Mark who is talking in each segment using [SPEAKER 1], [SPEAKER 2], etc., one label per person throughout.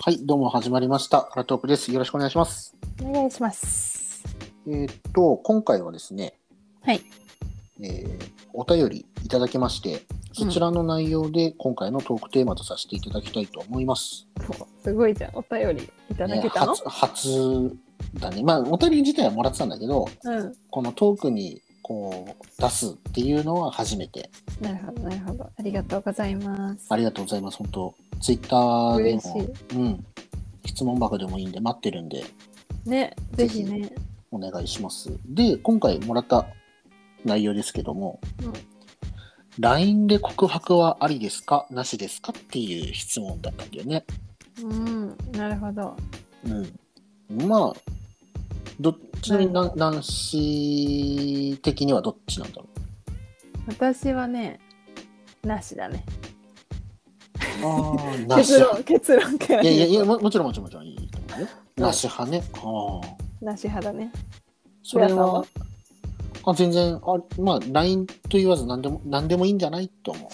[SPEAKER 1] はい、どうも始まりました。アラトークです。よろしくお願いします。
[SPEAKER 2] お願いします。
[SPEAKER 1] えーっと、今回はですね、
[SPEAKER 2] はい。
[SPEAKER 1] えーお便りいただきまして、そちらの内容で今回のトークテーマとさせていただきたいと思います。
[SPEAKER 2] すごいじゃん。お便りいただけたの、
[SPEAKER 1] ね初初だね。まあ、お便り自体はもらってたんだけど、
[SPEAKER 2] うん。
[SPEAKER 1] このトークにこう出すっていうのは初めて。
[SPEAKER 2] なるほど、なるほど。ありがとうございます。
[SPEAKER 1] ありがとうございます。本当ツイッターで
[SPEAKER 2] 嬉し
[SPEAKER 1] も、うん、質問箱でもいいんで待ってるんで
[SPEAKER 2] い。ね、ぜひね。
[SPEAKER 1] お願いします。で、今回もらった内容ですけども、
[SPEAKER 2] うん
[SPEAKER 1] LINE で告白はありですかなしですかっていう質問だったんだよね。
[SPEAKER 2] うん、なるほど。
[SPEAKER 1] うん。まあ、どっちに
[SPEAKER 2] なる
[SPEAKER 1] な男子的にはどっちなんだろ
[SPEAKER 2] 私はね、なしだね。
[SPEAKER 1] う。ああ、なし
[SPEAKER 2] 結
[SPEAKER 1] 派
[SPEAKER 2] 論、。結論から
[SPEAKER 1] いやいやい
[SPEAKER 2] 言う
[SPEAKER 1] やも、もちろんもちろんもちろんいいと思うよ。なし派ね。ああ。
[SPEAKER 2] と。なし派だね。
[SPEAKER 1] それ
[SPEAKER 2] 皆さん
[SPEAKER 1] は
[SPEAKER 2] は、
[SPEAKER 1] あ全然、あまあ、LINE と言わず何でも何でもいいんじゃないと思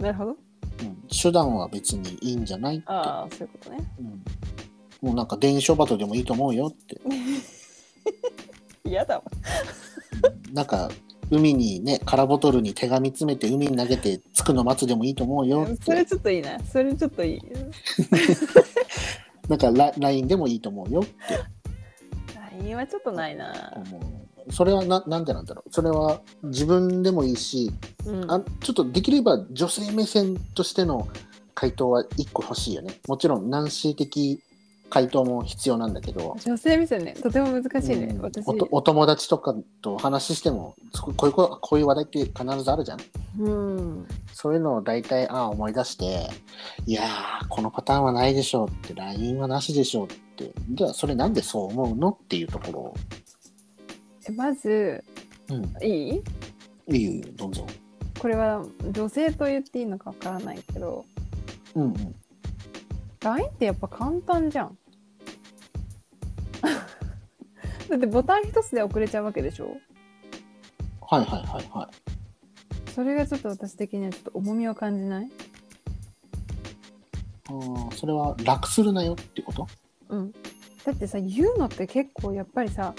[SPEAKER 1] う。
[SPEAKER 2] なるほど。
[SPEAKER 1] うん手段は別にいいんじゃないって、
[SPEAKER 2] ああ、そういうことね。
[SPEAKER 1] うんもうなんか伝承バトルでもいいと思うよっ て
[SPEAKER 2] 嫌だわ。
[SPEAKER 1] なんか海にね空ボトルに手紙詰めて海に投げてつくの待つでもいいと思うよっ
[SPEAKER 2] それ
[SPEAKER 1] て
[SPEAKER 2] ちょっといいな。それちょっといい。
[SPEAKER 1] なんかラ LINE でもいいと思うよって
[SPEAKER 2] LINE はちょっとないな。
[SPEAKER 1] 思うそれはななんでなんだろうそれは自分でもいいし
[SPEAKER 2] うん。
[SPEAKER 1] あちょっとできれば女性目線としての回答は1個欲しいよねもちろん男子的回答も必要なんだけど、
[SPEAKER 2] 女性目線ね、とても難しいね。
[SPEAKER 1] うん
[SPEAKER 2] 私
[SPEAKER 1] おとお友達とかと話してもそここういうここういう話題って必ずあるじゃん
[SPEAKER 2] うん。
[SPEAKER 1] そういうのを大体ああ思い出していやーこのパターンはないでしょうって LINE はなしでしょうってじゃあそれなんでそう思うのっていうところを、
[SPEAKER 2] えまず、
[SPEAKER 1] うん、
[SPEAKER 2] いい
[SPEAKER 1] いいよいいよどうぞ
[SPEAKER 2] これは女性と言っていいのかわからないけど
[SPEAKER 1] うんうん
[SPEAKER 2] LINE ってやっぱ簡単じゃん だってボタン一つで送れちゃうわけでしょ
[SPEAKER 1] はいはいはいは
[SPEAKER 2] それがちょっと私的にはちょっと重みを感じない
[SPEAKER 1] いあーそれは楽するなよってこと
[SPEAKER 2] うんだってさ言うのって結構やっぱりさ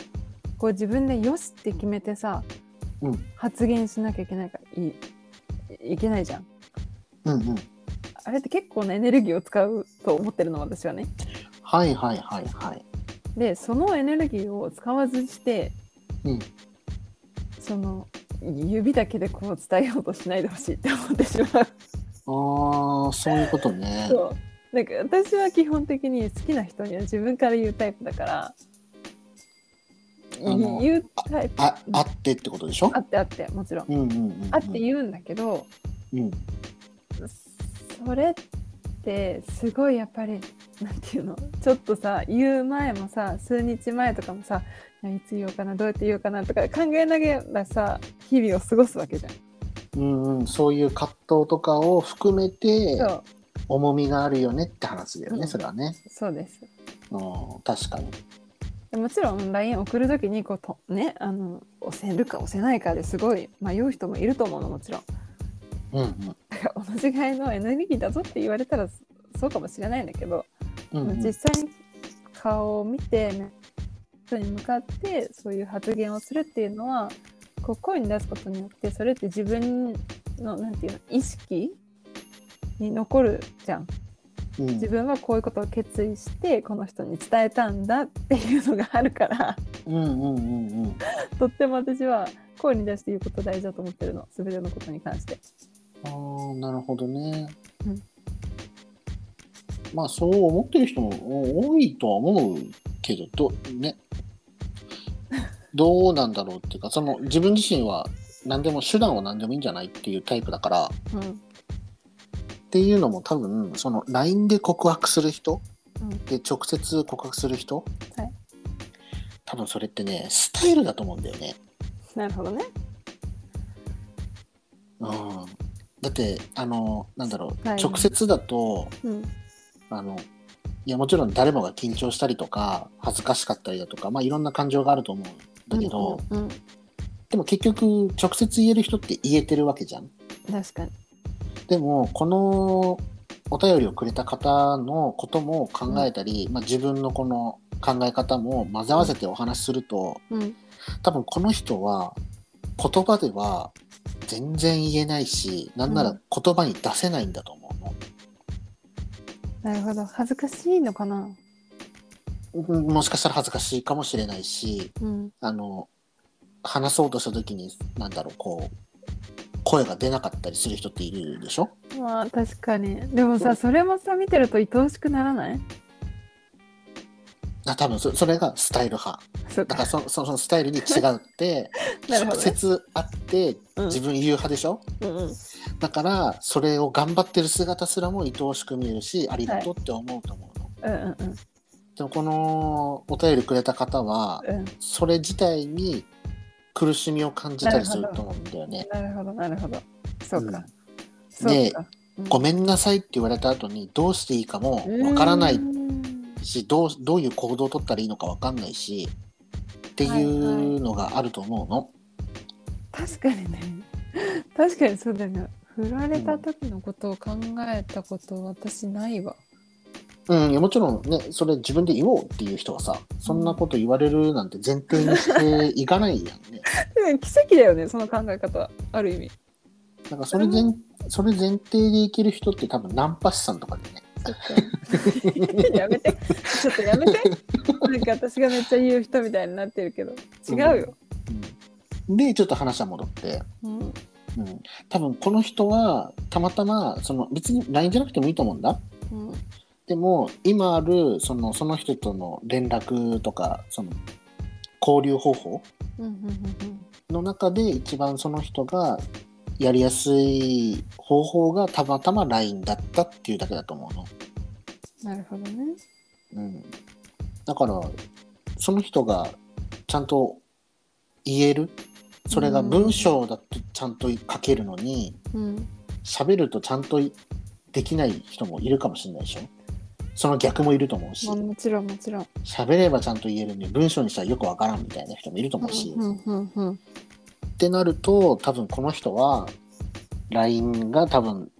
[SPEAKER 2] こう自分で「よし」って決めてさ、
[SPEAKER 1] うん
[SPEAKER 2] 発言しなきゃいけないからいいいけないじゃん
[SPEAKER 1] うんうん
[SPEAKER 2] あれって結構なエネルギーを使うと思ってるの私はね
[SPEAKER 1] はいはいはいはい
[SPEAKER 2] でそのエネルギーを使わずして、
[SPEAKER 1] うん
[SPEAKER 2] その指だけでこう伝えようとしないでほしいって思ってしまう。
[SPEAKER 1] あーそういうことね
[SPEAKER 2] そうなんか私は基本的に好きな人には自分から言うタイプだから
[SPEAKER 1] あの
[SPEAKER 2] 言うタイプ
[SPEAKER 1] ああってってことでしょ
[SPEAKER 2] あってあってもちろん、
[SPEAKER 1] うんうんうんうん
[SPEAKER 2] あって言うんだけど
[SPEAKER 1] うん
[SPEAKER 2] それってすごいやっぱりなんていうのちょっとさ言う前もさ数日前とかもさいやいつ言おうかなどうやって言おうかなとか考えながらさ日々を過ごすわけじゃん。
[SPEAKER 1] うんうん、そういう葛藤とかを含めて
[SPEAKER 2] そう
[SPEAKER 1] 重みがあるよねって話だよね、
[SPEAKER 2] うん
[SPEAKER 1] それはね、
[SPEAKER 2] そうです
[SPEAKER 1] うん、確かに
[SPEAKER 2] でもちろん LINE 送る時にこうとねあの押せるか押せないかですごい迷う人もいると思うのもちろん
[SPEAKER 1] うんうん
[SPEAKER 2] だから同じぐらいのエネルギーだぞって言われたらそそうかもしれないんだけど、
[SPEAKER 1] うんうん
[SPEAKER 2] 実際に顔を見て、ね、人に向かってそういう発言をするっていうのはこう声に出すことによってそれって自分のなんていうの意識に残るじゃん
[SPEAKER 1] うん
[SPEAKER 2] 自分はこういうことを決意してこの人に伝えたんだっていうのがあるから
[SPEAKER 1] うんうんうんうん
[SPEAKER 2] とっても私は声に出して言うこと大事だと思ってるの全てのことに関して。
[SPEAKER 1] あーなるほどね、
[SPEAKER 2] うん
[SPEAKER 1] まあそう思ってる人も多いとは思うけどどね どうなんだろうっていうかその自分自身は何でも手段は何でもいいんじゃないっていうタイプだからっ
[SPEAKER 2] うん
[SPEAKER 1] ていうのも多分その LINE で告白する人
[SPEAKER 2] うん
[SPEAKER 1] で直接告白する人、
[SPEAKER 2] はい
[SPEAKER 1] 多分それってねスタイルだと思うんだよね、
[SPEAKER 2] なるほどね。
[SPEAKER 1] うん、だってあのなんだろう、
[SPEAKER 2] はい
[SPEAKER 1] 直接だと
[SPEAKER 2] うん
[SPEAKER 1] あのいやもちろん誰もが緊張したりとか恥ずかしかったりだとか、まあ、いろんな感情があると思うんだけど、
[SPEAKER 2] うんうん
[SPEAKER 1] でも結局直接言える人って言えてるわけじゃん。
[SPEAKER 2] 確かに。
[SPEAKER 1] でもこのお便りをくれた方のことも考えたり、まあ、自分のこの考え方も混ぜ合わせてお話しすると、
[SPEAKER 2] うん
[SPEAKER 1] 多分この人は言葉では全然言えないしなんな
[SPEAKER 2] う
[SPEAKER 1] ら言葉に出せないんだと思うの。
[SPEAKER 2] なるほど恥ずかしいのかな
[SPEAKER 1] うんもしかしたら恥ずかしいかもしれないし
[SPEAKER 2] うん
[SPEAKER 1] あの話そうとした時に何だろうこう声が出なかったりする人っているでしょ
[SPEAKER 2] まあ確かにでもさそれもさ見てると愛おしくならない
[SPEAKER 1] あ多分そそれがスタイル派
[SPEAKER 2] そう
[SPEAKER 1] だか
[SPEAKER 2] から
[SPEAKER 1] そそのスタイルに違うって
[SPEAKER 2] なる
[SPEAKER 1] 直
[SPEAKER 2] ほどね
[SPEAKER 1] 接会って
[SPEAKER 2] うん
[SPEAKER 1] 自分言う派でしょ、
[SPEAKER 2] うんうん
[SPEAKER 1] だからそれを頑張ってる姿すらも愛おしく見えるしありがとうって思うと思うの、
[SPEAKER 2] うんうんうん
[SPEAKER 1] でもこのお便りくれた方は
[SPEAKER 2] うん
[SPEAKER 1] それ自体に苦しみを感じたりすると思うんだよね。
[SPEAKER 2] なるほどなるほどそうか、
[SPEAKER 1] うん
[SPEAKER 2] そうかうん
[SPEAKER 1] ごめんなさいって言われた後にどうしていいかもわからな
[SPEAKER 2] う
[SPEAKER 1] い
[SPEAKER 2] ん
[SPEAKER 1] しどうどういう行動を取ったらいいのかわかんないしっていうのがあると思うの。
[SPEAKER 2] 確かにね 確かにそうだよね振られた時のことを考えたこと私ないわ、
[SPEAKER 1] うん、いやもちろんね、それ自分で言おうっていう人はさ、そんなこと言われるなんて前提にしていかないやんね。
[SPEAKER 2] でも奇跡だよねその考え方ある意味
[SPEAKER 1] なんかそれ前、それ前提で生きる人って多分ナンパ師さんとかでね。
[SPEAKER 2] そっか やめてちょっとやめてなんか私がめっちゃ言う人みたいになってるけど違うよ、
[SPEAKER 1] うん、で、ちょっと話は戻って、
[SPEAKER 2] うん
[SPEAKER 1] うん、多分この人はたまたま、その別に LINE じゃなくてもいいと思うんだ。
[SPEAKER 2] うん
[SPEAKER 1] でも、今あるそのその人との連絡とか、その交流方法
[SPEAKER 2] うんうんうん
[SPEAKER 1] の中で一番その人がやりやすい方法がたまたま LINE だったっていうだけだと思うの。
[SPEAKER 2] なるほどね
[SPEAKER 1] うん、だからその人がちゃんと言えるそれが文章だとちゃんと書けるのに
[SPEAKER 2] うん
[SPEAKER 1] 喋るとちゃんとできない人もいるかもしれないでしょその逆もいると思うし
[SPEAKER 2] まあもちろんもちろん
[SPEAKER 1] 喋ればちゃんと言えるのに文章にしたらよくわからんみたいな人もいると思うし。
[SPEAKER 2] うんうんうんうん
[SPEAKER 1] ってなると多分この人は LINE が多分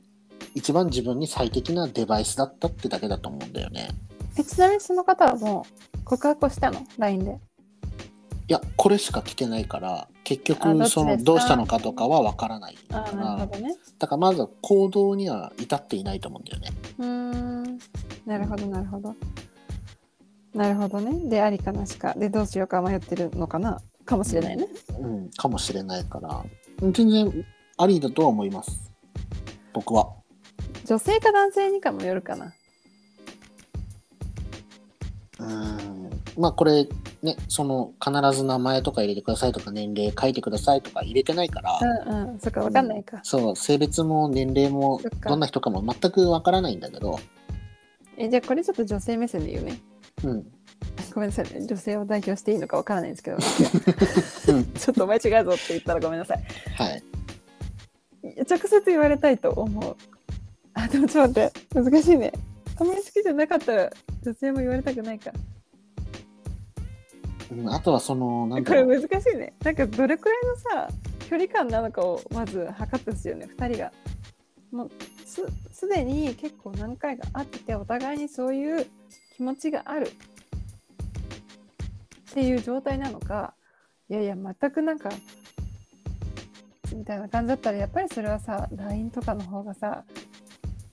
[SPEAKER 1] 一番自分に最適なデバイスだったってだけだと思うんだよね。
[SPEAKER 2] えちなみにその方はもう告白をしたの LINE で
[SPEAKER 1] いやこれしか聞けないから結
[SPEAKER 2] あど
[SPEAKER 1] 局
[SPEAKER 2] っちですか
[SPEAKER 1] そのどうしたのかとかは分からないか
[SPEAKER 2] ああなる
[SPEAKER 1] ら
[SPEAKER 2] ほどね
[SPEAKER 1] だからまずは行動には至っていないと思うんだよね。
[SPEAKER 2] うーんなるほどなるほどなるほどねでありかなしかでどうしようか迷ってるのかなかもしれないね、
[SPEAKER 1] うん、かもしれないから全然ありだとは思います僕は。
[SPEAKER 2] 女性か男性にかもよるかな
[SPEAKER 1] うんまあこれねその必ず名前とか入れてくださいとか年齢書いてくださいとか入れてないから。
[SPEAKER 2] うんうんそっかわかんないか、
[SPEAKER 1] そう性別も年齢も
[SPEAKER 2] そっか
[SPEAKER 1] どんな人かも全くわからないんだけど、
[SPEAKER 2] えじゃあこれちょっと女性目線で言うね
[SPEAKER 1] うん
[SPEAKER 2] ごめんなさいね女性を代表していいのかわからないんですけど
[SPEAKER 1] うん
[SPEAKER 2] ちょっとお前違うぞって言ったらごめんなさい
[SPEAKER 1] はい、
[SPEAKER 2] 直接言われたいと思うあでもちょっと待って難しいねあんまり好きじゃなかったら女性も言われたくないか
[SPEAKER 1] うん、あとはそのなん
[SPEAKER 2] こ
[SPEAKER 1] だ
[SPEAKER 2] れ
[SPEAKER 1] ろう
[SPEAKER 2] 難しいねなんかどれくらいのさ距離感なのかをまず測ってほしいよね2人がもうすすでに結構何回か会っててお互いにそういう気持ちがあるっていう状態なのかいやいや全くなんかみたいな感じだったらやっぱりそれはさ LINE とかの方がさ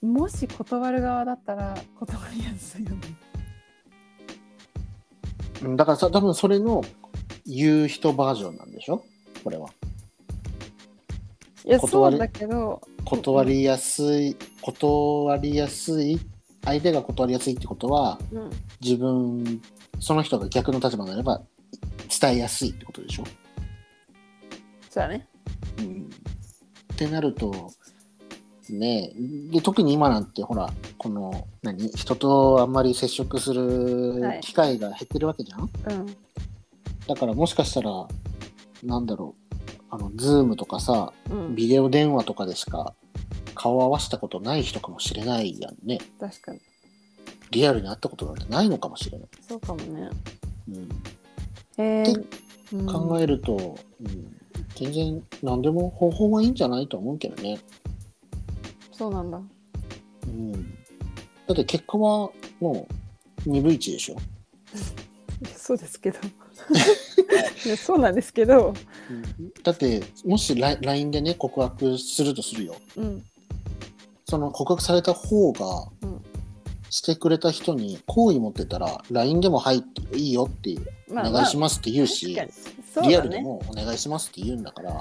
[SPEAKER 2] もし断る側だったら断りやすいよね。
[SPEAKER 1] うんだからさ多分それの言う人バージョンなんでしょこれはい
[SPEAKER 2] やそ
[SPEAKER 1] 断
[SPEAKER 2] う
[SPEAKER 1] る
[SPEAKER 2] だけど
[SPEAKER 1] 断りやすい断りやすい相手が断りやすいってことは
[SPEAKER 2] うん
[SPEAKER 1] 自分その人が逆の立場になれば伝えやすいってことでしょ、
[SPEAKER 2] そうだね。
[SPEAKER 1] うん、ってなるとねえで特に今なんてほらこの何人とあんまり接触す
[SPEAKER 2] は
[SPEAKER 1] る
[SPEAKER 2] い
[SPEAKER 1] 機会が減ってるわけじゃん、
[SPEAKER 2] うん
[SPEAKER 1] だからもしかしたらなんだろうあのズームとかさ
[SPEAKER 2] うん
[SPEAKER 1] ビデオ電話とかでしか顔を合わせたことない人かもしれないやんね
[SPEAKER 2] 確かに
[SPEAKER 1] リアルに会ったことなんてないのかもしれない、
[SPEAKER 2] そうかもね。
[SPEAKER 1] うん
[SPEAKER 2] え
[SPEAKER 1] で
[SPEAKER 2] うん
[SPEAKER 1] 考えると、うん、全然何でも方法はいいんじゃないと思うけどね、
[SPEAKER 2] そうなんだ。
[SPEAKER 1] うん、だって結果はもう2分1でしょ。
[SPEAKER 2] いや そうですけど いやそうなんですけど、
[SPEAKER 1] だってもし LINE LINE でね告白するとするよ。
[SPEAKER 2] うん、
[SPEAKER 1] その告白された方が
[SPEAKER 2] うん
[SPEAKER 1] してくれた人に好意持ってたら LINE でも「はい」って「いいよ」っていう「お
[SPEAKER 2] まあ、ま
[SPEAKER 1] 願い
[SPEAKER 2] あ
[SPEAKER 1] します」って言うし、
[SPEAKER 2] 確かにそう
[SPEAKER 1] リア
[SPEAKER 2] だ
[SPEAKER 1] ルで
[SPEAKER 2] ね
[SPEAKER 1] も「お願いします」って言うんだから、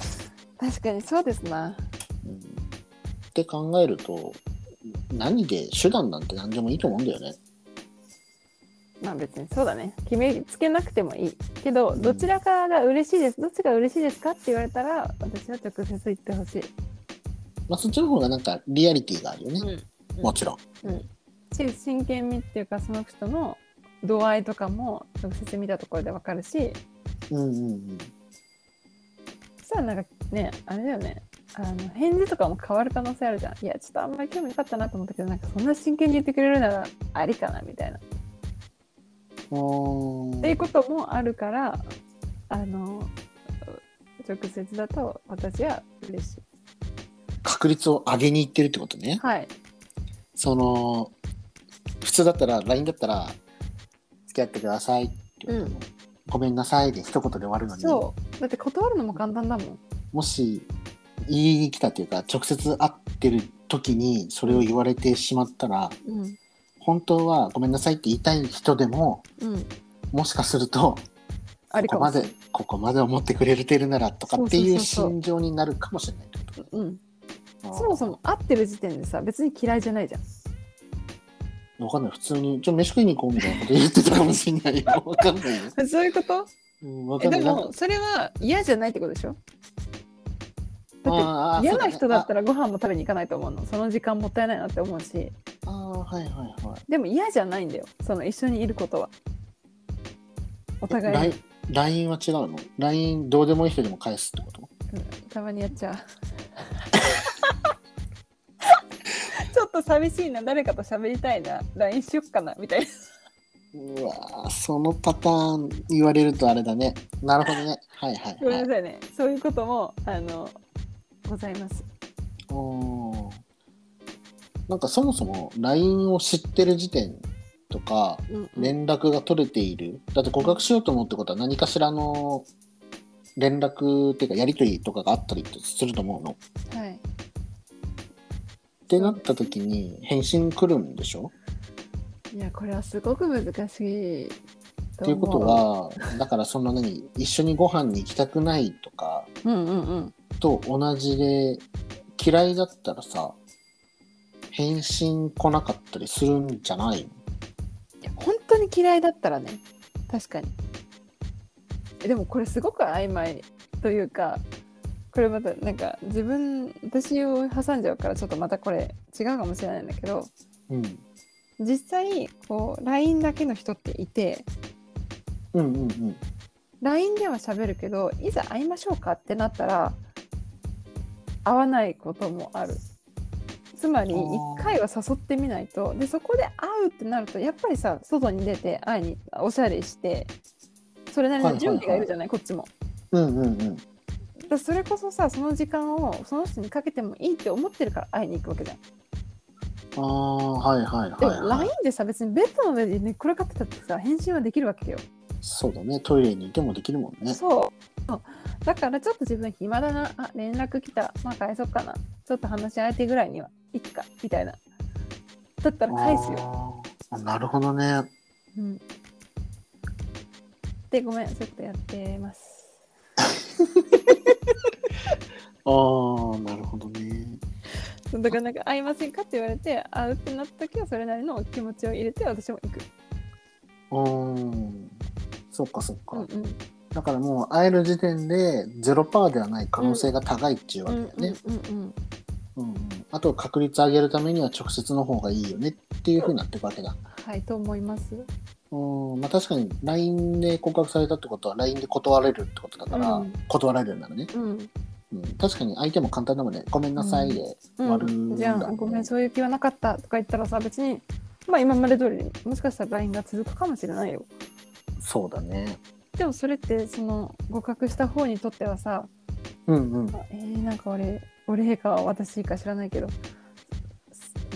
[SPEAKER 2] 確かにそうですな
[SPEAKER 1] うん、って考えると何で手段なんて何でもいいと思うんだよね。
[SPEAKER 2] まあ別にそうだね決めつけなくてもいいけどどちらかが嬉しいですどっちが嬉しいですかって言われたら私は直接言ってほしい、
[SPEAKER 1] まあ、そっちの方がなんかリアリティがあるよね、もちろん。
[SPEAKER 2] し真剣味っていうかその人の度合いとかも直接見たところでわかるし
[SPEAKER 1] うんうんうん
[SPEAKER 2] そしたらなんかねあれだよねあの返事とかも変わる可能性あるじゃんいやちょっとあんまり興味なかったなと思ったけどなんかそんな真剣に言ってくれるならありかなみたいな、
[SPEAKER 1] うーん
[SPEAKER 2] っていうこともあるからあの直接だと私は嬉しい
[SPEAKER 1] 確率を上げにいってるってことね。
[SPEAKER 2] はい
[SPEAKER 1] その普通だったら LINE だったら「付き合ってください」って言ってもごめんなさい」で一言で終わるのに
[SPEAKER 2] そうだって断るのも簡単だもん
[SPEAKER 1] もし言いに来たというか直接会ってる時にそれを言われてしまったら
[SPEAKER 2] うん
[SPEAKER 1] 本当は「ごめんなさい」って言いたい人でも
[SPEAKER 2] うん
[SPEAKER 1] もしかすると
[SPEAKER 2] あ
[SPEAKER 1] こ
[SPEAKER 2] り
[SPEAKER 1] こ
[SPEAKER 2] か
[SPEAKER 1] ま
[SPEAKER 2] もしれ
[SPEAKER 1] で
[SPEAKER 2] ない
[SPEAKER 1] ここまで思ってくれてるならとかってい
[SPEAKER 2] そううそうそうそう
[SPEAKER 1] 心情になるかもしれないってこと
[SPEAKER 2] うんそもそも会ってる時点でさ別に嫌いじゃないじゃん
[SPEAKER 1] わかんない普通に「じゃあ飯食いに行こう」みたいなこと言ってたかもしれないよわかんないよ、
[SPEAKER 2] そういうこと
[SPEAKER 1] うん、わか
[SPEAKER 2] え
[SPEAKER 1] んな
[SPEAKER 2] で
[SPEAKER 1] いなんか
[SPEAKER 2] もそれは嫌じゃないってことでしょ
[SPEAKER 1] あ
[SPEAKER 2] だ
[SPEAKER 1] ーあ
[SPEAKER 2] っ
[SPEAKER 1] ー
[SPEAKER 2] て嫌な人だった
[SPEAKER 1] そう
[SPEAKER 2] らご飯も食べに行かないと思うのその時間もったいないなって思うし
[SPEAKER 1] ああーはいはいはい
[SPEAKER 2] でも嫌じゃないんだよその一緒にいることはお互いに
[SPEAKER 1] LINE LINE は違うの ?LINE どうでもいい人でも返すってこと
[SPEAKER 2] うんたまにやっちゃう ちょっと寂しいな誰かと喋りたいな LINE しよっかなみたいな
[SPEAKER 1] うわーそのパターン言われるとあれだねなるほ どねはいは
[SPEAKER 2] ごめん
[SPEAKER 1] いはい
[SPEAKER 2] なさいね、そういうこともあのございます。
[SPEAKER 1] おーなんかそもそも LINE を知ってる時点とか
[SPEAKER 2] うん
[SPEAKER 1] 連絡が取れているだって告白しようと思うってことは何かしらの連絡っていうかやり取りとかがあったりすると思うのっ
[SPEAKER 2] はい、
[SPEAKER 1] てなった時に返信来るんでしょ
[SPEAKER 2] いやこれはすごく難しい
[SPEAKER 1] ということ、はだからそんな何一緒にご飯に行きたくないとか
[SPEAKER 2] うんうんうん、
[SPEAKER 1] と同じで嫌いだったらさ返信来なかったりするんじゃないの
[SPEAKER 2] いや本当に嫌いだったらね確かにえでもこれすごく曖昧というかこれまたなんか自分私を挟んじゃうからちょっとまたこれ違うかもしれないんだけど
[SPEAKER 1] うん
[SPEAKER 2] 実際こう LINE だけの人っていて
[SPEAKER 1] うんうん
[SPEAKER 2] LINE では喋るけどいざ会いましょうかってなったら会わないこともあるつまり
[SPEAKER 1] あー
[SPEAKER 2] 1回は誘ってみないとでそこで会うってなるとやっぱりさ外に出て会いにおしゃれしてそれなりの準備がいるじゃない,、こっちも
[SPEAKER 1] うんうんうんうん
[SPEAKER 2] だからそれこそさその時間をその人にかけてもいいって思ってるから会いに行くわけじゃん
[SPEAKER 1] ああはいはい
[SPEAKER 2] でも
[SPEAKER 1] はい、はい
[SPEAKER 2] LINE でさ別にベッドの上で寝っ転がってたってさ返信はできるわけよ
[SPEAKER 1] そうだねトイレにいてもできるもんね
[SPEAKER 2] そう。だからちょっと自分暇だな。あ、連絡来た。まあ返そうかな。ちょっと話し相手ぐらいには、いっか、みたいな。だったら返すよ。
[SPEAKER 1] よあなるほどね
[SPEAKER 2] うん。で、ごめん、そういうことやってます。
[SPEAKER 1] あーなるほどね
[SPEAKER 2] だからなんか会いませんかって言われて、会うってなった時はそれなりの気持ちを入れて私も行く。
[SPEAKER 1] うーんそっかそっか、
[SPEAKER 2] うんうん。
[SPEAKER 1] だからもう会える時点で0%ではない可能性が高いっていうわ
[SPEAKER 2] う
[SPEAKER 1] け
[SPEAKER 2] ん
[SPEAKER 1] だよね、
[SPEAKER 2] うんうん
[SPEAKER 1] うんうん、あと確率上げるためには直接の方がいいよねっていうふうになっていくわけだ。
[SPEAKER 2] はい、と思います。
[SPEAKER 1] うんまあ、確かに LINE で告白されたってことは LINE で断れるってことだから、
[SPEAKER 2] うん
[SPEAKER 1] 断られるんだね、
[SPEAKER 2] うん。
[SPEAKER 1] うん。確かに相手も簡単だもんね。ごめんなさいで。
[SPEAKER 2] う
[SPEAKER 1] 悪いん
[SPEAKER 2] ん、
[SPEAKER 1] だ
[SPEAKER 2] じゃあ、ごめん、そういう気はなかったとか言ったらさ、別に、まあ今まで通りに、もしかしたら LINE が続くかもしれないよ。
[SPEAKER 1] そうだね。
[SPEAKER 2] でもそれってその合格した方にとってはさ
[SPEAKER 1] うんうん。
[SPEAKER 2] えー、なんか俺俺か私か知らないけどす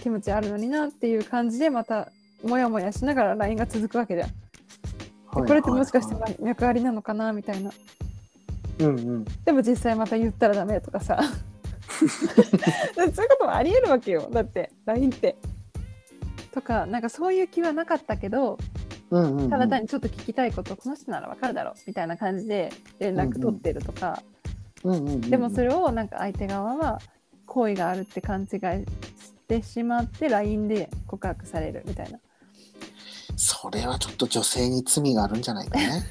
[SPEAKER 2] 気持ちあるのになっていう感じでまたモヤモヤしながら LINE が続くわけじゃん。
[SPEAKER 1] はい
[SPEAKER 2] これってもしかして
[SPEAKER 1] はいはい
[SPEAKER 2] 脈ありなのかなみたいな。
[SPEAKER 1] うんうん。
[SPEAKER 2] でも実際また言ったらダメとか さ。そういうこともありえるわけよだって LINE って。とかなんかそういう気はなかったけど
[SPEAKER 1] うんうんうん。
[SPEAKER 2] ただ単にちょっと聞きたいこと、この人ならわかるだろうみたいな感じで連絡取ってるとか、
[SPEAKER 1] うんうんうんうん。
[SPEAKER 2] でもそれをなんか相手側は好意があるって勘違いしてしまって LINE で告白されるみたいな
[SPEAKER 1] それはちょっと女性に罪があるんじゃないかね。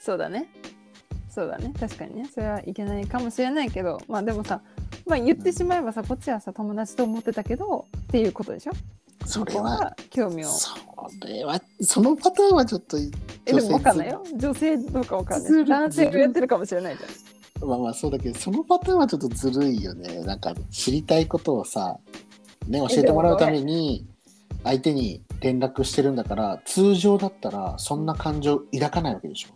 [SPEAKER 2] そうだねそうだね確かにねそれはいけないかもしれないけどまあでもさ、まあ、言ってしまえばさこっちはさ友達と思ってたけどっていうことでしょ
[SPEAKER 1] それ
[SPEAKER 2] 向こう
[SPEAKER 1] は、
[SPEAKER 2] が興味を
[SPEAKER 1] それは、そのパターンはちょっと、
[SPEAKER 2] えでも分かんないよ女性どうか分かんな
[SPEAKER 1] ずる
[SPEAKER 2] い男性がやってるかもしれないじゃん
[SPEAKER 1] まあまあそうだけど、そのパターンはちょっとずるいよね。なんか知りたいことをさ、ね、教えてもらうために、相手に連絡してるんだから、通常だったら、そんな感情抱かないわけでしょ。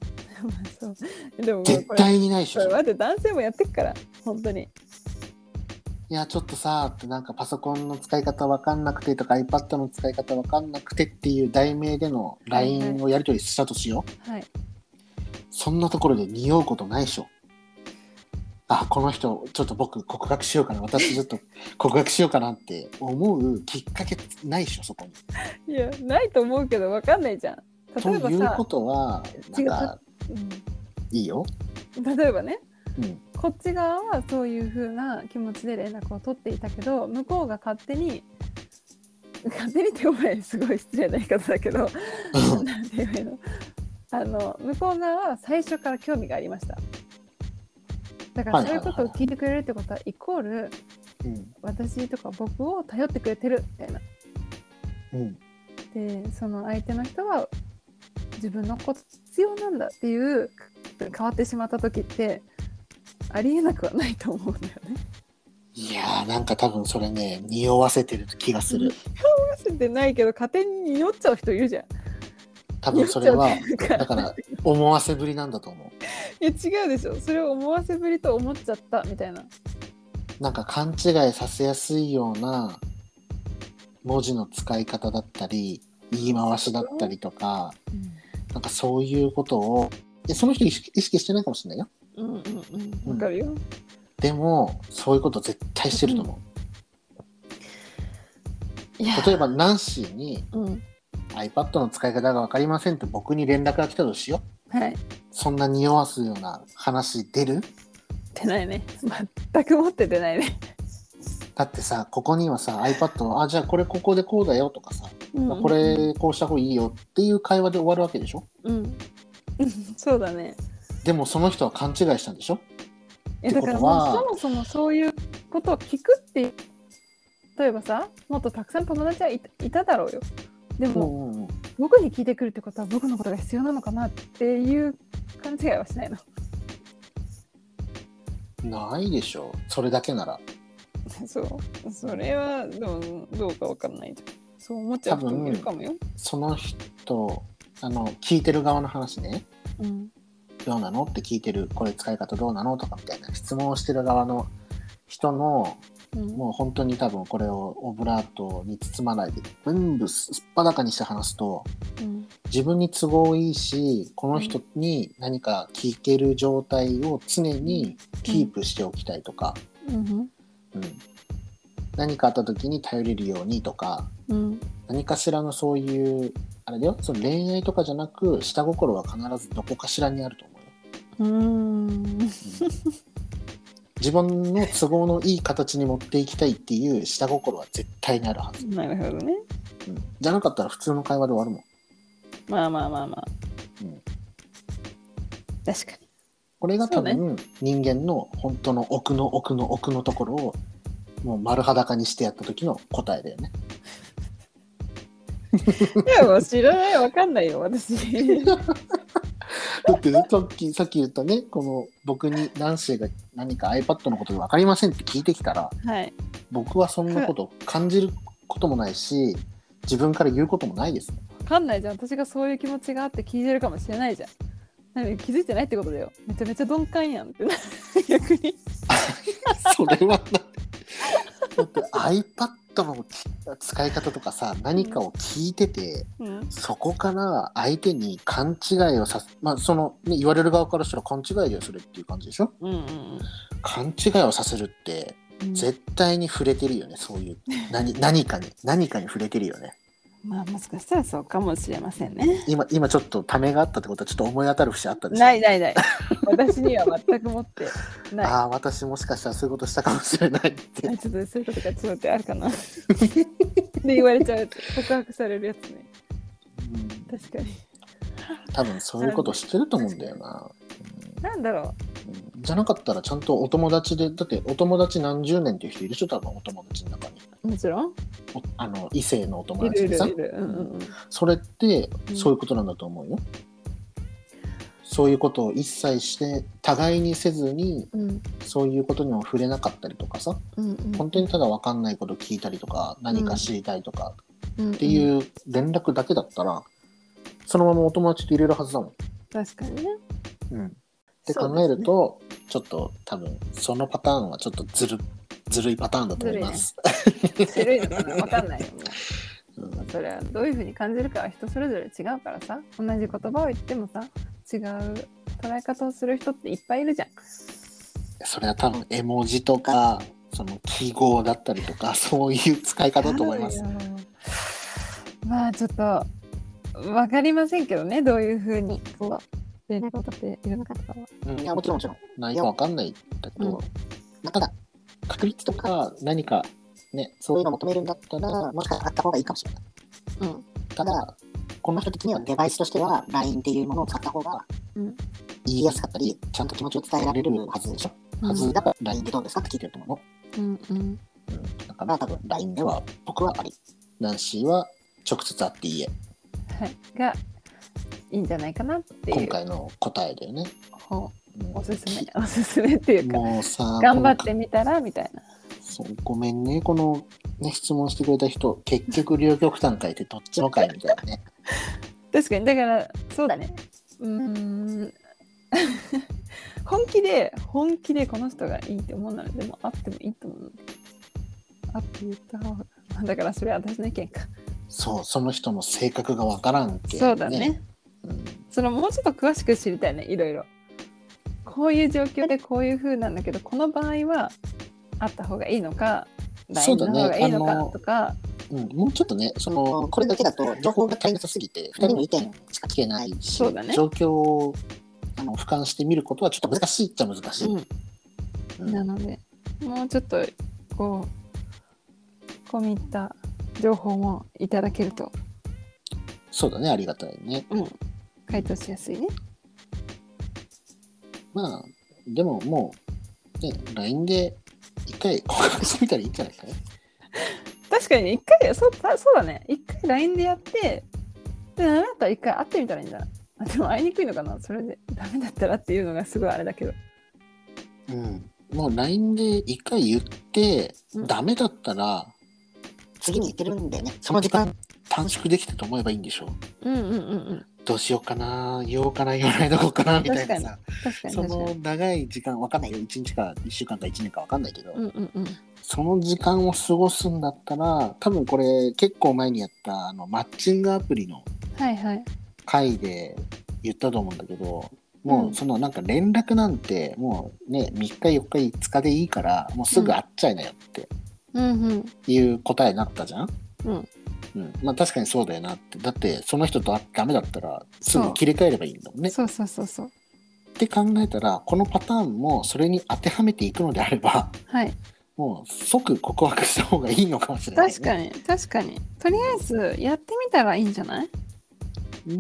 [SPEAKER 2] まあそうでもこれ
[SPEAKER 1] 絶対にないでし
[SPEAKER 2] これ
[SPEAKER 1] ょ。
[SPEAKER 2] 待って男性もやってっから本当に
[SPEAKER 1] いや、ちょっとさ、ってなんかパソコンの使い方わかんなくてとか、iPad の使い方わかんなくてっていう題名での
[SPEAKER 2] はいは
[SPEAKER 1] LINE
[SPEAKER 2] い
[SPEAKER 1] をやり取りしたとしよう。
[SPEAKER 2] はい
[SPEAKER 1] そんなところで匂うことないでしょ。あ、この人、ちょっと僕告白しようかな。私ちょっと告白しようかなって思うきっかけないでしょ、そこに。
[SPEAKER 2] いやないと思うけど分かんないじゃん
[SPEAKER 1] と
[SPEAKER 2] 例えば
[SPEAKER 1] いう
[SPEAKER 2] さ
[SPEAKER 1] ことは、なんか、いいよ。
[SPEAKER 2] うん例えばね
[SPEAKER 1] うん。
[SPEAKER 2] こっち側はそういう風な気持ちで連絡を取っていたけど向こうが勝手に勝手にってお前すごい失礼な言い方だけどなんて言えばいいのあの向こう側は最初から興味がありましただからそういうことを聞いてくれるってことはイコール
[SPEAKER 1] うん。
[SPEAKER 2] 私とか僕を頼ってくれてるみたいな
[SPEAKER 1] うん。
[SPEAKER 2] でその相手の人は自分のこと必要なんだっていう変わってしまった時ってありえなくはないと思うんだよね。
[SPEAKER 1] いやー、なんか多分それね、匂わせてる気がする。
[SPEAKER 2] 合わせてないけど勝手に匂っちゃう人いるじゃん。
[SPEAKER 1] 多分それは
[SPEAKER 2] 匂っ、ちゃうっていう
[SPEAKER 1] だから、思わせぶりなんだと思
[SPEAKER 2] いや違うでしょそれを思わせぶりと思っちゃったみたいな。
[SPEAKER 1] う。なんか勘違いさせやすいような文字の使い方だったり、言い回しだったりとか、なんかそういうことを、いやその人意識意識してないかもしれないよ。
[SPEAKER 2] うんうんうんわかるよ。
[SPEAKER 1] でも、そういうこと絶対してると思
[SPEAKER 2] いや
[SPEAKER 1] う。例えば、ナンシーに
[SPEAKER 2] うん、
[SPEAKER 1] iPad の使い方が分かりませんって僕に連絡が来たとしよ
[SPEAKER 2] はい。
[SPEAKER 1] う。そんな匂わすような話出る
[SPEAKER 2] 出ないね。全く持って出ないね。
[SPEAKER 1] だってさ、ここにはさ、iPad の、あ、じゃあこれここでこうだよとかさ、
[SPEAKER 2] うん
[SPEAKER 1] こ。れこうした方がいいよっていう会話で終わるわけでしょ
[SPEAKER 2] うん。そうだね。
[SPEAKER 1] でもその人は勘違いしたんでしょ
[SPEAKER 2] えだから
[SPEAKER 1] ってことは
[SPEAKER 2] もうそもそもそういうことを聞くっていう例えばさもっとたくさん友達はいたいただろうよで
[SPEAKER 1] う
[SPEAKER 2] も、
[SPEAKER 1] んうんうん。
[SPEAKER 2] 僕に聞いてくるってことは僕のことが必要なのかなっていう勘違いはしないの
[SPEAKER 1] ないでしょ。それだけなら。
[SPEAKER 2] そうそれはでもどうかわかんないじゃんそう思っちゃう人もいるかもよ、
[SPEAKER 1] その人、あの、聞いてる側の話ね。
[SPEAKER 2] うん、
[SPEAKER 1] どうなのって聞いてるこれ使い方どうなのとかみたいな質問をしてる側の人の
[SPEAKER 2] うん
[SPEAKER 1] もう本当に多分これをオブラートに包まないで全部すっぱだかにして話すと
[SPEAKER 2] うん
[SPEAKER 1] 自分に都合いいしこの人に何か聞ける状態を常にキープしておきたいとか、
[SPEAKER 2] うん
[SPEAKER 1] うん何かあった時に頼れるようにとか
[SPEAKER 2] うん
[SPEAKER 1] 何かしらのそういうあれだよその恋愛とかじゃなく下心は必ずどこかしらにあると思うよ。
[SPEAKER 2] うん
[SPEAKER 1] 自分の都合のいい形に持っていきたいっていう下心は絶対にあるはず、
[SPEAKER 2] なるほどね
[SPEAKER 1] うんじゃなかったら普通の会話で終わるもん
[SPEAKER 2] まあまあまあまあ、
[SPEAKER 1] うん
[SPEAKER 2] 確かに
[SPEAKER 1] これが多
[SPEAKER 2] そ
[SPEAKER 1] 分人間の本当の奥の奥の奥のところをもう丸裸にしてやった時の答えだよね
[SPEAKER 2] いやもう知らないわかんない よ私
[SPEAKER 1] だってさっきさっき言ったねこの僕にナンシーが何か iPad のことが分かりませんって聞いてきたら
[SPEAKER 2] はい
[SPEAKER 1] 僕はそんなこと感じることもないし自分から言うこともないです
[SPEAKER 2] わかんないじゃん私がそういう気持ちがあって聞いてるかもしれないじゃんなのに気づいてないってことだよめち ゃめちゃ鈍感やんってな逆に
[SPEAKER 1] それはなだって iPad の使い方とかさ何かを聞いてて
[SPEAKER 2] うん
[SPEAKER 1] そこから相手に勘違いをさせまあその、ね、言われる側からしたら勘違いをするっていう感じでしょ
[SPEAKER 2] うんうん
[SPEAKER 1] 勘違いをさせるって
[SPEAKER 2] うん
[SPEAKER 1] 絶対に触れてるよねそういう何何かに何かに触れてるよね
[SPEAKER 2] まあもしかしたらそうかもしれませ んね。
[SPEAKER 1] 今今ちょっとためがあったってことはちょっと思い当たる節あったでしょ
[SPEAKER 2] な いないない。私には全く持ってない。
[SPEAKER 1] ああ私もしかしたらそういうことしたかもしれないって
[SPEAKER 2] あちょっとそういうことがちょっと待ってあるかな。 で言われちゃうやつ告白されるやつね。
[SPEAKER 1] うん
[SPEAKER 2] 確かに。
[SPEAKER 1] 多分そういうことしてると思うんだよな、
[SPEAKER 2] なんだろ
[SPEAKER 1] うんじゃなかったらちゃんとお友達でだってお友達何十年っていう人いるでしょ多分お友達の中に
[SPEAKER 2] う。もちろん。
[SPEAKER 1] おあの異性のお友
[SPEAKER 2] いる
[SPEAKER 1] 達
[SPEAKER 2] いる
[SPEAKER 1] でさ
[SPEAKER 2] いる。うんうん
[SPEAKER 1] それって
[SPEAKER 2] うん
[SPEAKER 1] そういうことなんだと思うよ、そういうことを一切して互いにせずに
[SPEAKER 2] うん。うん
[SPEAKER 1] そういうことにも触れなかったりとかさ
[SPEAKER 2] うんうん。
[SPEAKER 1] 本当にただ分かんないこと聞いたりとか何か知りたいとか
[SPEAKER 2] っ
[SPEAKER 1] っていう連絡だけだったらそのままお友達と入れるはずだもん。
[SPEAKER 2] 確かにね。
[SPEAKER 1] うん、って考えると、ちょっと多分そのパターンはちょっとずるずるいパターンだと思います。
[SPEAKER 2] そうですね、種類のかなわかんないよね。
[SPEAKER 1] うん
[SPEAKER 2] それはどういうふうに感じるかは人それぞれ違うからさ同じ言葉を言ってもさ違う捉え方をする人っていっぱいいるじゃん。
[SPEAKER 1] それは多分絵文字とかその記号だったりとかそういう使い方だと思います。
[SPEAKER 2] なるよまあちょっと分かりませんけどねどういうふうにこう連絡を取っているのかとかは。
[SPEAKER 1] うん、いやもちろんもちろん内容わかんないんだけど、
[SPEAKER 2] うん
[SPEAKER 1] まあただ確率とか何かねそういうのを求めるんだったらもしかしたらあった方がいいかもしれない。
[SPEAKER 2] うん
[SPEAKER 1] ただこの人的にはデバイスとしては LINE っていうものを使った方が
[SPEAKER 2] うん
[SPEAKER 1] 言いやすかったりちゃんと気持ちを伝えられるはずでしょ。はずだから LINE でどうですかって聞いてると思うの。
[SPEAKER 2] うんうん
[SPEAKER 1] だから多分 LINE では僕はあり。ナンシーは直接会っていいえ。
[SPEAKER 2] はい、がいいんじゃないかなってい
[SPEAKER 1] 今
[SPEAKER 2] う
[SPEAKER 1] 回の答えだよね。
[SPEAKER 2] ほ
[SPEAKER 1] うん
[SPEAKER 2] うおすすめおすすめっていうか
[SPEAKER 1] もうさ、
[SPEAKER 2] 頑張ってみたらみたいな。
[SPEAKER 1] そうごめんね、この、ね、質問してくれた人、結局両極端書いてどっちも書いみたいなね。
[SPEAKER 2] 確かにだからそうだねうーん 本気で本気でこの人がいいって思うならでもあってもいいと思うあって言った方がまあだからそれは私の意見か、
[SPEAKER 1] そう、その人の性格がわからんって、
[SPEAKER 2] そうだね
[SPEAKER 1] うん。
[SPEAKER 2] そのもうちょっと詳しく知りたいねいろいろこういう状況でこういう風なんだけどこの場合はあった方がいいのか
[SPEAKER 1] そ
[SPEAKER 2] LINE
[SPEAKER 1] うだ
[SPEAKER 2] の
[SPEAKER 1] ね
[SPEAKER 2] 方がいいの
[SPEAKER 1] あ
[SPEAKER 2] か
[SPEAKER 1] の
[SPEAKER 2] とか、
[SPEAKER 1] うん、もうちょっとね、その、これだけだと情報が足りなさすぎて、2人の意見しか聞けないし、
[SPEAKER 2] そうだね
[SPEAKER 1] 状況をあの俯瞰してみることはちょっと難しいっちゃ難しい。うん
[SPEAKER 2] なのでもうちょっとこう込み入った情報もいただけると、
[SPEAKER 1] そうだね、ありがたいね。
[SPEAKER 2] うん、回答しやすいね。
[SPEAKER 1] まあ、でももう、ね、LINE で一回告白してみたらいいんじゃないですかね。
[SPEAKER 2] 確かにね一回そうあそうだね一回 LINE でやってであなたは一回会ってみたらいいんだなあでも会いにくいのかなそれでダメだったらっていうのがすごいあれだけど
[SPEAKER 1] うん。もう LINE で一回言って、
[SPEAKER 2] うん
[SPEAKER 1] ダメだったら、次に行けるんでね、その時間短縮できたと思えばいいんでしょう。
[SPEAKER 2] うんうんうんうん
[SPEAKER 1] どうしようかな、言おうかな、言わないとこうかな、みたいなさ。
[SPEAKER 2] 確かに
[SPEAKER 1] そ
[SPEAKER 2] 確か
[SPEAKER 1] の
[SPEAKER 2] に
[SPEAKER 1] 長い時間、わかんないよ。1日か1週間か1年かわかんないけど、
[SPEAKER 2] うんうんうん
[SPEAKER 1] その時間を過ごすんだったら、多分これ結構前にやった、あの、マッチングアプリの
[SPEAKER 2] はいはい
[SPEAKER 1] 回で言ったと思うんだけど
[SPEAKER 2] う
[SPEAKER 1] も
[SPEAKER 2] ん
[SPEAKER 1] うそのなんか連絡なんてもうね3日4日5日でいいからもうすぐ会っちゃいなよって
[SPEAKER 2] うんうん
[SPEAKER 1] いう答えになったじゃん、
[SPEAKER 2] うん
[SPEAKER 1] うん、まあ確かにそうだよなってだってその人と会ってダメだったらすぐ切り替えればいいんだもんねっ
[SPEAKER 2] そうそうそうそう
[SPEAKER 1] て考えたらこのパターンもそれに当てはめていくのであれば
[SPEAKER 2] はい
[SPEAKER 1] もう即告白した方がいいのかもしれない、ね、
[SPEAKER 2] 確かに確かにとりあえずやってみたらいいんじゃない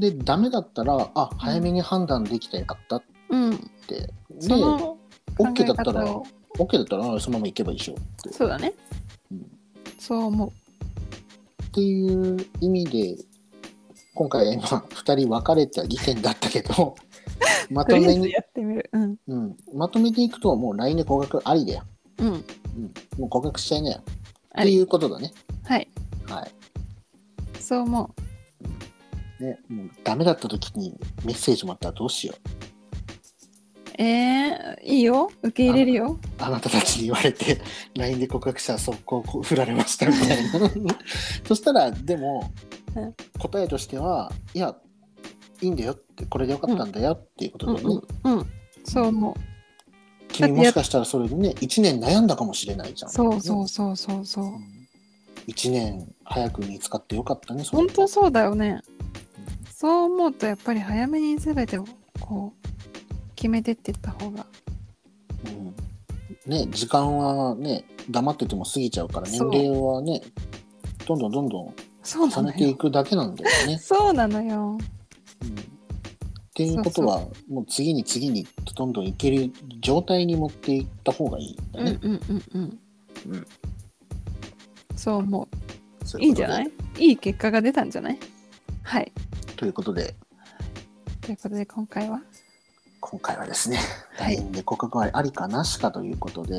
[SPEAKER 1] でダメだったらあ早めに判断できてよかったっ
[SPEAKER 2] うん
[SPEAKER 1] て、で
[SPEAKER 2] その
[SPEAKER 1] OK だった
[SPEAKER 2] 考え
[SPEAKER 1] ら
[SPEAKER 2] 方を
[SPEAKER 1] OK だったらそのまま行けばいいでしょって
[SPEAKER 2] そうだね
[SPEAKER 1] うん
[SPEAKER 2] そう思う
[SPEAKER 1] っていう意味で今回今2人分かれた意見だったけ どま
[SPEAKER 2] と
[SPEAKER 1] と
[SPEAKER 2] りあえ
[SPEAKER 1] め
[SPEAKER 2] ず
[SPEAKER 1] に、
[SPEAKER 2] やってみるうん
[SPEAKER 1] うん、まとめていくともう LINE で告白ありだよ、
[SPEAKER 2] うん
[SPEAKER 1] うん、もう告白しちゃいなよっ
[SPEAKER 2] あ
[SPEAKER 1] て
[SPEAKER 2] り
[SPEAKER 1] いうことだね
[SPEAKER 2] はい
[SPEAKER 1] はい
[SPEAKER 2] そう思
[SPEAKER 1] ねもうダメだった時にメッセージもらったらどうしよ
[SPEAKER 2] うえー、いいよ受け入れるよ
[SPEAKER 1] あなたたちに言われて LINE で告白したら速攻こう振られましたみたいな そしたらでも
[SPEAKER 2] うん
[SPEAKER 1] 答えとしてはいやいいんだよってこれでよかったんだよっていうこと
[SPEAKER 2] うん
[SPEAKER 1] でね、
[SPEAKER 2] うん、うん、そう思
[SPEAKER 1] 君もしかしたらそれでね1年悩んだかもしれないじ
[SPEAKER 2] う
[SPEAKER 1] ゃん
[SPEAKER 2] そうそうそうそうそう
[SPEAKER 1] 1年早く見つかってよかったねそれ
[SPEAKER 2] 本当そうだよねそう思うとやっぱり早めに全てをこう決めてっていった方が
[SPEAKER 1] うんね時間はね黙ってても過ぎちゃうから年
[SPEAKER 2] そう
[SPEAKER 1] 齢はねどんどんどんどん
[SPEAKER 2] そうな
[SPEAKER 1] 重ね
[SPEAKER 2] の
[SPEAKER 1] てい
[SPEAKER 2] よ
[SPEAKER 1] くだけなんだよね。
[SPEAKER 2] そうなのよ
[SPEAKER 1] うんっていうことはもう次に次にどんどんいける状態に持っていった方がいいんだ
[SPEAKER 2] うんう
[SPEAKER 1] ね。
[SPEAKER 2] んうんうん、
[SPEAKER 1] うん
[SPEAKER 2] そう思う
[SPEAKER 1] そう
[SPEAKER 2] いい
[SPEAKER 1] うん
[SPEAKER 2] じゃないいい結果が出たんじゃないはい
[SPEAKER 1] ということで
[SPEAKER 2] ということで今回は
[SPEAKER 1] 今回はですね
[SPEAKER 2] はい
[SPEAKER 1] LINE で告白はありかなしかということで、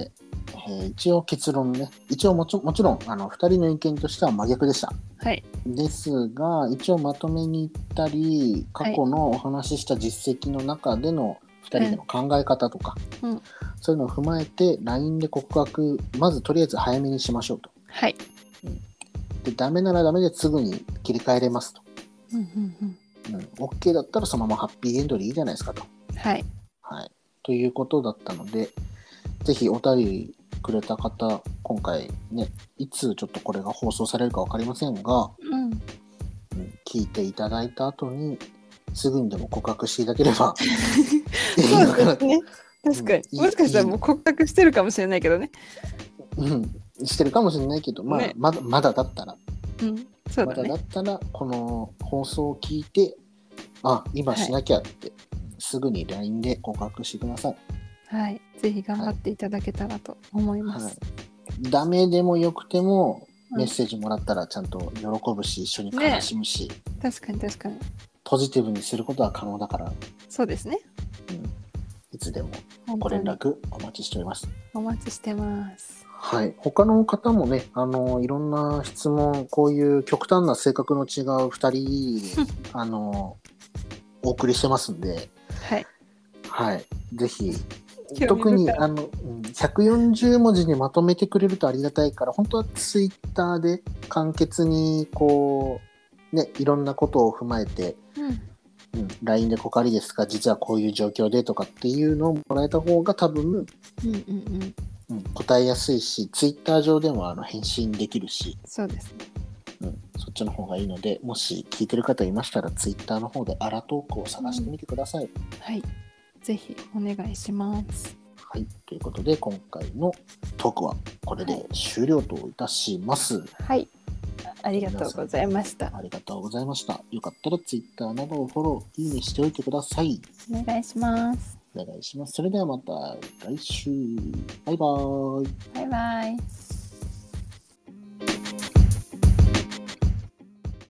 [SPEAKER 1] えー一応結論ね一応もちもちろんあの2人の意見としては真逆でした。
[SPEAKER 2] はい
[SPEAKER 1] ですが一応まとめに行ったり過去のお話しした実績の中での2人での考え方とか、
[SPEAKER 2] うん
[SPEAKER 1] そういうのを踏まえて LINE で告白まずとりあえず早めにしましょうと
[SPEAKER 2] はい
[SPEAKER 1] でダメならダメですぐに切り替えれますと、
[SPEAKER 2] うんうん
[SPEAKER 1] うん、OK だったらそのままハッピーエンドでいいじゃないですかと、
[SPEAKER 2] うんはい
[SPEAKER 1] はい、ということだったのでぜひお便りくれた方今回ねいつちょっとこれが放送されるか分かりませんが
[SPEAKER 2] うん
[SPEAKER 1] うん聞いていただいた後にすぐにでも告白していただけれ ばいいの
[SPEAKER 2] そう
[SPEAKER 1] かな
[SPEAKER 2] で
[SPEAKER 1] と
[SPEAKER 2] すね確かに
[SPEAKER 1] うんいい
[SPEAKER 2] もしかしたらもう告白してるかもしれないけどね
[SPEAKER 1] うん、してるかもしれないけど、まあ
[SPEAKER 2] ね
[SPEAKER 1] まだまだだったら、
[SPEAKER 2] うんそう
[SPEAKER 1] ま
[SPEAKER 2] だ
[SPEAKER 1] だだ
[SPEAKER 2] ね
[SPEAKER 1] ったらこの放送を聞いてあ今しなきゃって、すぐに LINE で告白してください、
[SPEAKER 2] はいぜひ頑張っていただけたらと思います、
[SPEAKER 1] はい、ダメでもよくても
[SPEAKER 2] うん
[SPEAKER 1] メッセージもらったらちゃんと喜ぶし一緒に悲しむし、
[SPEAKER 2] 確かに確かに
[SPEAKER 1] ポジティブにすることは可能だから、
[SPEAKER 2] そうですね
[SPEAKER 1] うん、いつでも
[SPEAKER 2] 本
[SPEAKER 1] ご
[SPEAKER 2] 当
[SPEAKER 1] 連
[SPEAKER 2] に
[SPEAKER 1] 絡お待ちしております
[SPEAKER 2] お待ちしてます
[SPEAKER 1] はい、他の方もね、あのいろんな質問、こういう極端な性格の違う2人、 あのお送りしてますんで、
[SPEAKER 2] はい
[SPEAKER 1] はい、ぜひ、
[SPEAKER 2] 興味深い
[SPEAKER 1] 特にあのうん140文字にまとめてくれるとありがたいから、本当はツイッターで簡潔にこう、ね、いろんなことを踏まえて、
[SPEAKER 2] うん
[SPEAKER 1] うん、LINE でこかりですか、実はこういう状況でとかっていうのをもらえた方が多分、
[SPEAKER 2] うんうんうん
[SPEAKER 1] うん、答えやすいし、ツイッター上でもあの返信できるし。
[SPEAKER 2] そうですね
[SPEAKER 1] うん、そっちの方がいいので、もし聞いてる方いましたら、ツイッターの方でアラトークを探してみてください。
[SPEAKER 2] はいぜひお願いします
[SPEAKER 1] はい、ということで、今回のトークはこれで終了といたします。
[SPEAKER 2] はいありがとうございました
[SPEAKER 1] ありがとうございました。よかったらツイッターなどをフォロー、いいねしておいてください。
[SPEAKER 2] お願いします
[SPEAKER 1] お願いします。それではまた来週。バイバーイ。
[SPEAKER 2] バイバイ